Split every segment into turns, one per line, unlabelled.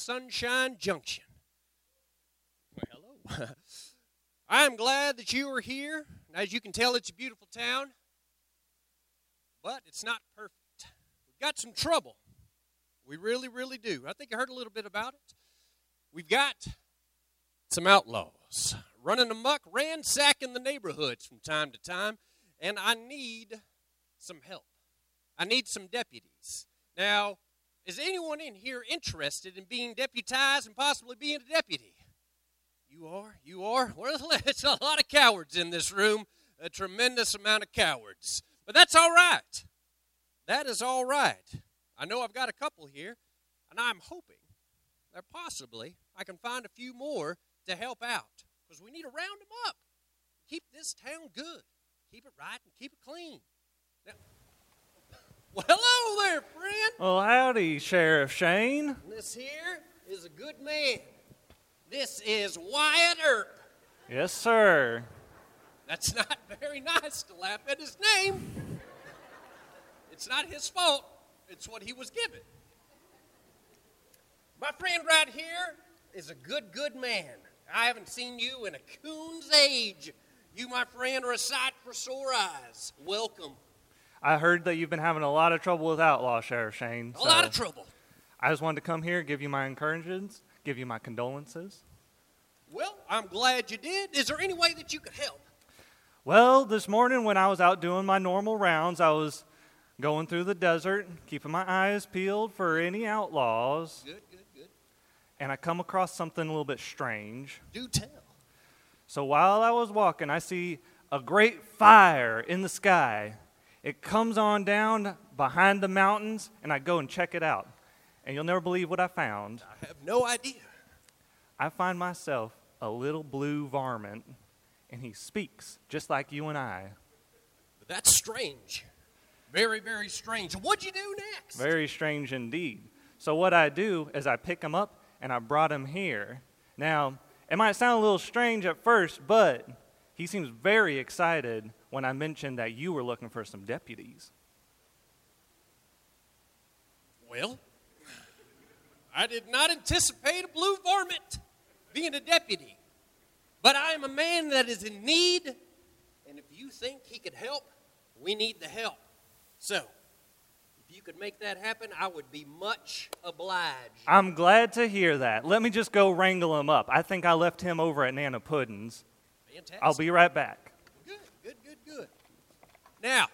Sunshine Junction. Well, hello. I'm glad that you are here. As you can tell, it's a beautiful town, but it's not perfect. We've got some trouble. We really, really do. I think I heard a little bit about it. We've got some outlaws running amok, ransacking the neighborhoods from time to time, and I need some help. I need some deputies. Now, is anyone in here interested in being deputized and possibly being a deputy? You are? You are? Well, it's a lot of cowards in this room, a tremendous amount of cowards. But that's all right. That is all right. I know I've got a couple here, and I'm hoping that possibly I can find a few more to help out because we need to round them up. Keep this town good, keep it right, and keep it clean. Now, well, hello there, friend.
Well, howdy, Sheriff Shane.
This here is a good man. This is Wyatt Earp.
Yes, sir.
That's not very nice to laugh at his name. It's not his fault, it's what he was given. My friend right here is a good, good man. I haven't seen you in a coon's age. You, my friend, are a sight for sore eyes. Welcome.
I heard that you've been having a lot of trouble with Outlaw, Sheriff Shane.
A lot of trouble.
I just wanted to come here, give you my encouragements, give you my condolences.
Well, I'm glad you did. Is there any way that you could help?
Well, this morning when I was out doing my normal rounds, I was going through the desert, keeping my eyes peeled for any outlaws,
Good, good, good.
and I come across something a little bit strange.
Do tell.
So while I was walking, I see a great fire in the sky. It comes on down behind the mountains, and I go and check it out. And you'll never believe what I found.
I have no idea.
I find myself a little blue varmint, and he speaks just like you and I.
But that's strange. Very, very strange. What'd you do next?
Very strange indeed. So what I do is I pick him up and I brought him here. Now, it might sound a little strange at first, but he seems very excited when I mentioned that you were looking for some deputies.
Well, I did not anticipate a blue varmint being a deputy, but I am a man that is in need, and if you think he could help, we need the help. So, if you could make that happen, I would be much obliged.
I'm glad to hear that. Let me just go wrangle him up. I think I left him over at Nana Puddin's.
Fantastic.
I'll be right back.
Good, good, good, good. Now,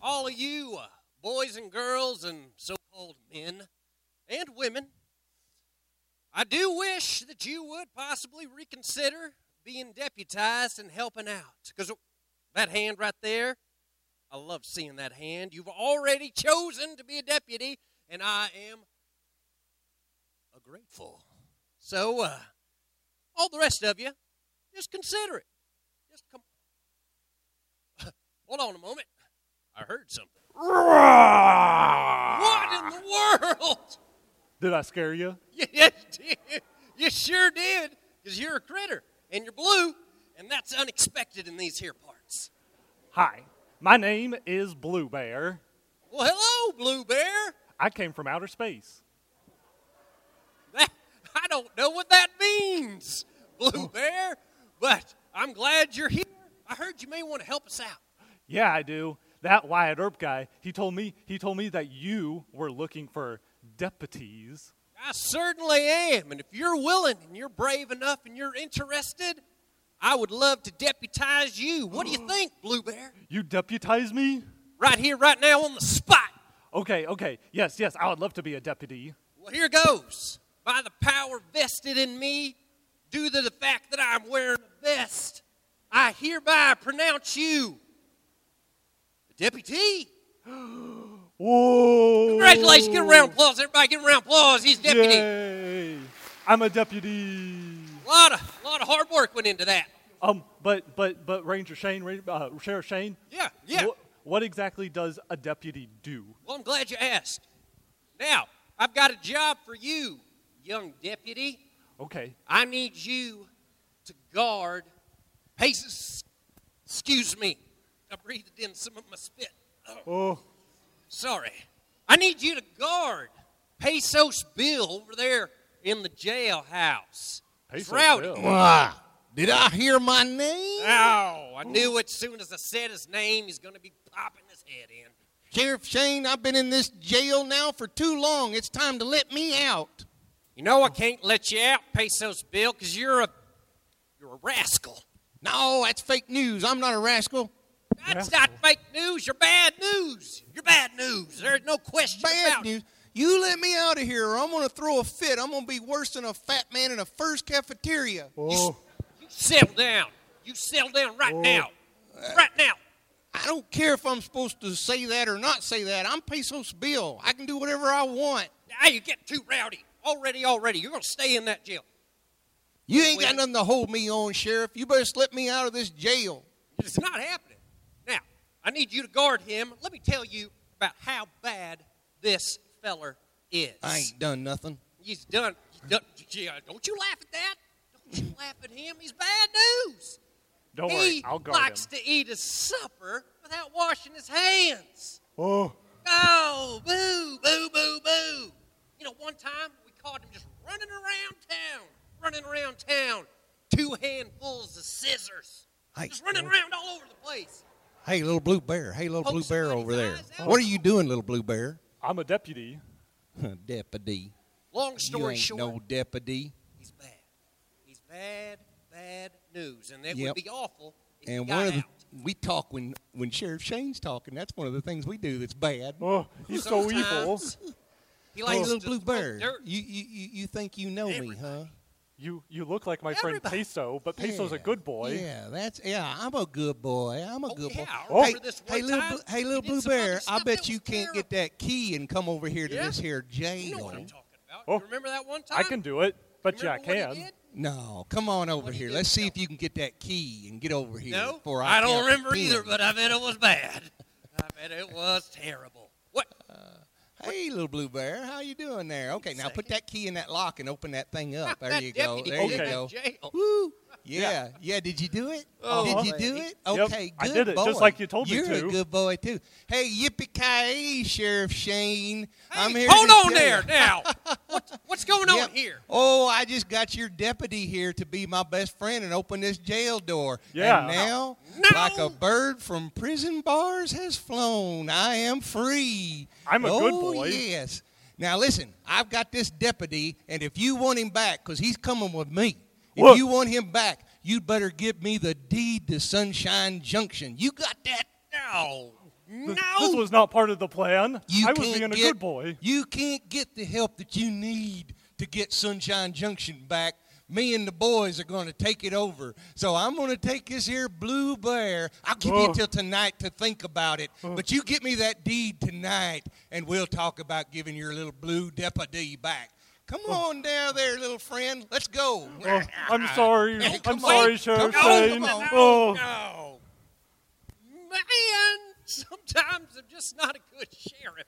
all of you uh, boys and girls and so called men and women, I do wish that you would possibly reconsider being deputized and helping out. Because that hand right there, I love seeing that hand. You've already chosen to be a deputy, and I am grateful. So, uh, all the rest of you, just consider it. Just come. Hold on a moment. I heard something. What in the world?
Did I scare you?
Yes, you did. You sure did, because you're a critter and you're blue, and that's unexpected in these here parts.
Hi, my name is Blue Bear.
Well, hello, Blue Bear.
I came from outer space.
That, I don't know what that means, Blue Bear, but I'm glad you're here. I heard you may want to help us out.
Yeah, I do. That Wyatt Earp guy, he told me he told me that you were looking for deputies.
I certainly am. And if you're willing and you're brave enough and you're interested, I would love to deputize you. What do you think, Blue Bear?
You deputize me?
Right here, right now, on the spot.
Okay, okay. Yes, yes, I would love to be a deputy.
Well, here goes. By the power vested in me, due to the fact that I'm wearing a vest, I hereby pronounce you a deputy.
Whoa.
Congratulations. Get a round of applause. Everybody get a round of applause. He's deputy.
Yay. I'm a deputy.
A lot of, lot of hard work went into that.
Um but but but Ranger Shane, Ra- uh, Sheriff Shane?
Yeah, yeah.
wh- what exactly does a deputy do?
Well, I'm glad you asked. Now, I've got a job for you, young deputy.
Okay.
I need you to guard. Hey, s- excuse me. I breathed
Uh,
in some of my spit.
Oh,
Sorry. I need you to guard Pesos Bill over there in the jailhouse.
Pesos
Rowdy.
Bill.
Why? Did I hear my name?
Oh, I knew it. Soon as I said his name, he's going to be popping his head in.
Sheriff Shane, I've been in this jail now for too long. It's time to let me out.
You know I can't let you out, Pesos Bill, 'cause you're a you're a rascal.
No, that's fake news. I'm not a rascal.
That's not fake news. You're bad news. You're bad news. There's no question
Bad
about it.
news. You let me out of here, or I'm going to throw a fit. I'm going to be worse than a fat man in a first cafeteria.
Oh,
You settle down. You settle down right
Oh.
now. Right now.
I don't care if I'm supposed to say that or not say that. I'm Pesos Bill. I can do whatever I want.
Now you get too rowdy. Already, already. You're going to stay in that jail.
You ain't
Wait.
got nothing to hold me on, Sheriff. You better let me out of this jail.
It's not happening. Now, I need you to guard him. Let me tell you about how bad this feller is.
I ain't done nothing.
He's done. He's done yeah, don't you laugh at that. Don't you laugh at him. He's bad news.
Don't
he
worry, I'll guard
likes
him.
to eat his supper without washing his hands.
oh,
Oh, boo, boo, boo, boo. You know, one time we caught him just running around town, running around town, two handfuls of scissors,
Hey,
just running around all over the place.
hey, little blue bear. Hey, little
Poke
blue bear
somebody's
over there.
eyes out.
What are you doing, little blue bear?
I'm a deputy.
deputy.
Long
you
story
ain't
short,
no deputy.
he's bad. He's bad, bad news, and it
Yep.
would be awful if
And
he got
one of the,
out.
we talk when when Sheriff Shane's talking. That's one of the things we do that's bad.
Oh, he's so evil.
Sometimes He
Hey,
likes
little
to
blue
throw
bear.
dirt.
You, you you you think you know me, huh?
You you look like my friend
Everybody.
Peso, but Peso's a
Yeah.
good boy.
Yeah, that's yeah. I'm a good boy. I'm a
Oh,
good
yeah, I
boy. Hey,
remember this
hey,
one
little
time
blue, hey,
you
little
did
blue
some other
bear. I
stuff that
bet
was
you can't get that key and come over here to
Yeah.
this here
You know
jail.
what I'm talking about.
Oh.
You remember that one time?
I can do it, but yeah, I
Remember what he
can.
did?
no, come on over
What do you
here.
do?
Let's see if you can get that key and get over here.
No,
before I,
I, don't
count to
remember either,
10.
but I bet it was bad. I bet it was terrible. What?
Hey, little blue bear, how you doing there? Okay, now put
Second.
that key in that lock and open that thing up. There
That
you go.
deputy
There
did
you
that
go.
Jail.
Woo! Yeah, yeah. Did you do it?
Oh,
did you
man.
do it?
Yep,
Okay,
I
good
did it,
boy.
just like you told me
You're
to.
a good boy too. Hey, yippee ki Sheriff Shane. I'm
Hey,
here.
hold
to
on
tell
there
you-
now. What's, what's going
Yep.
on here?
Oh, I just got your deputy here to be my best friend and open this jail door.
Yeah.
And now,
No.
like a bird from prison bars has flown, I am free.
I'm a
oh,
good boy.
Yes. Now listen, I've got this deputy, and if you want him back, because he's coming with me, if
Look.
you want him back, you'd better give me the deed to Sunshine Junction. You got that?
No, no.
This was not part of the plan.
You
I was
can't
being a
get-
good boy.
You can't get the help that you need to get Sunshine Junction back. Me and the boys are going to take it over. So I'm going to take this here blue bear. I'll give you
Oh.
till tonight to think about it. But you get me that deed tonight, and we'll talk about giving your little blue deputy back. Come on down there, little friend. Let's go.
Oh, I'm sorry. I'm
come on.
sorry,
Come
Sheriff
on,
Shane.
come on.
Oh,
no. Man, sometimes I'm just not a good sheriff.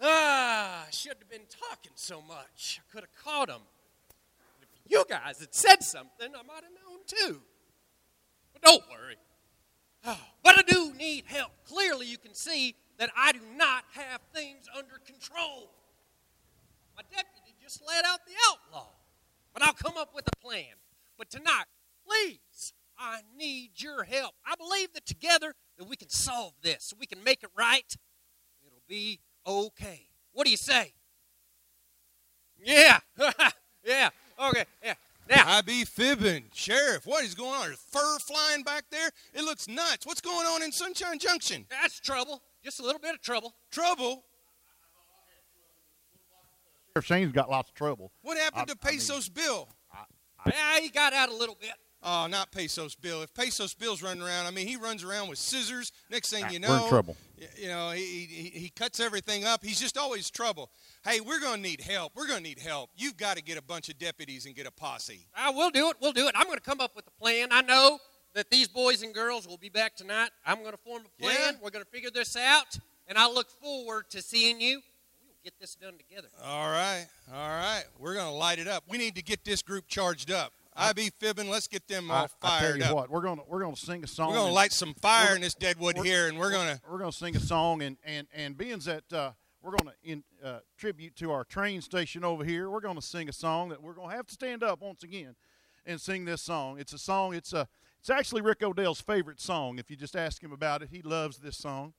Ah, I shouldn't have been talking so much. I could have caught him. If you guys had said something, I might have known too. But don't worry. Oh, but I do need help. Clearly, you can see that I do not have things under control. My deputy just let out the outlaw. But I'll come up with a plan. But tonight, please, I need your help. I believe that together that we can solve this. We can make it right. It'll be okay. What do you say? Yeah. yeah. Okay. Yeah. Now,
I be fibbing. Sheriff, what is going on? There's fur flying back there? It looks nuts. What's going on in Sunshine Junction?
that's trouble. Just a little bit of trouble.
Trouble?
Sheriff Shane's got lots of trouble.
What happened
I-
to
I mean-
Pesos Bill?
Yeah, he got out a little bit.
Oh, not Pesos Bill. If Pesos Bill's running around, I mean, he runs around with scissors. Next thing
Ah,
you know,
we're in trouble.
y- You know, he, he, he cuts everything up. He's just always trouble. Hey, we're going to need help. We're going to need help. You've got to get a bunch of deputies and get a posse.
I will do it. Ah, We'll do it. I'm going to come up with a plan. I know that these boys and girls will be back tonight. I'm going to form a plan.
Yeah.
We're going to figure this out, and I look forward to seeing you. We'll get this done together.
All right. All right. We're going to light it up. We need to get this group charged up. I be fibbing. Let's get them all
I, I tell
fired
you
up.
what, we're gonna we're gonna sing a song.
We're going to
and-
light some fire in this
we're-
deadwood here, and we're going to.
we're gonna sing a song and and and being that uh, We're going to in, uh, tribute to our train station over here. We're going to sing a song that we're going to have to stand up once again and sing this song. It's a song. It's a. It's actually Rick Odell's favorite song. If you just ask him about it, he loves this song.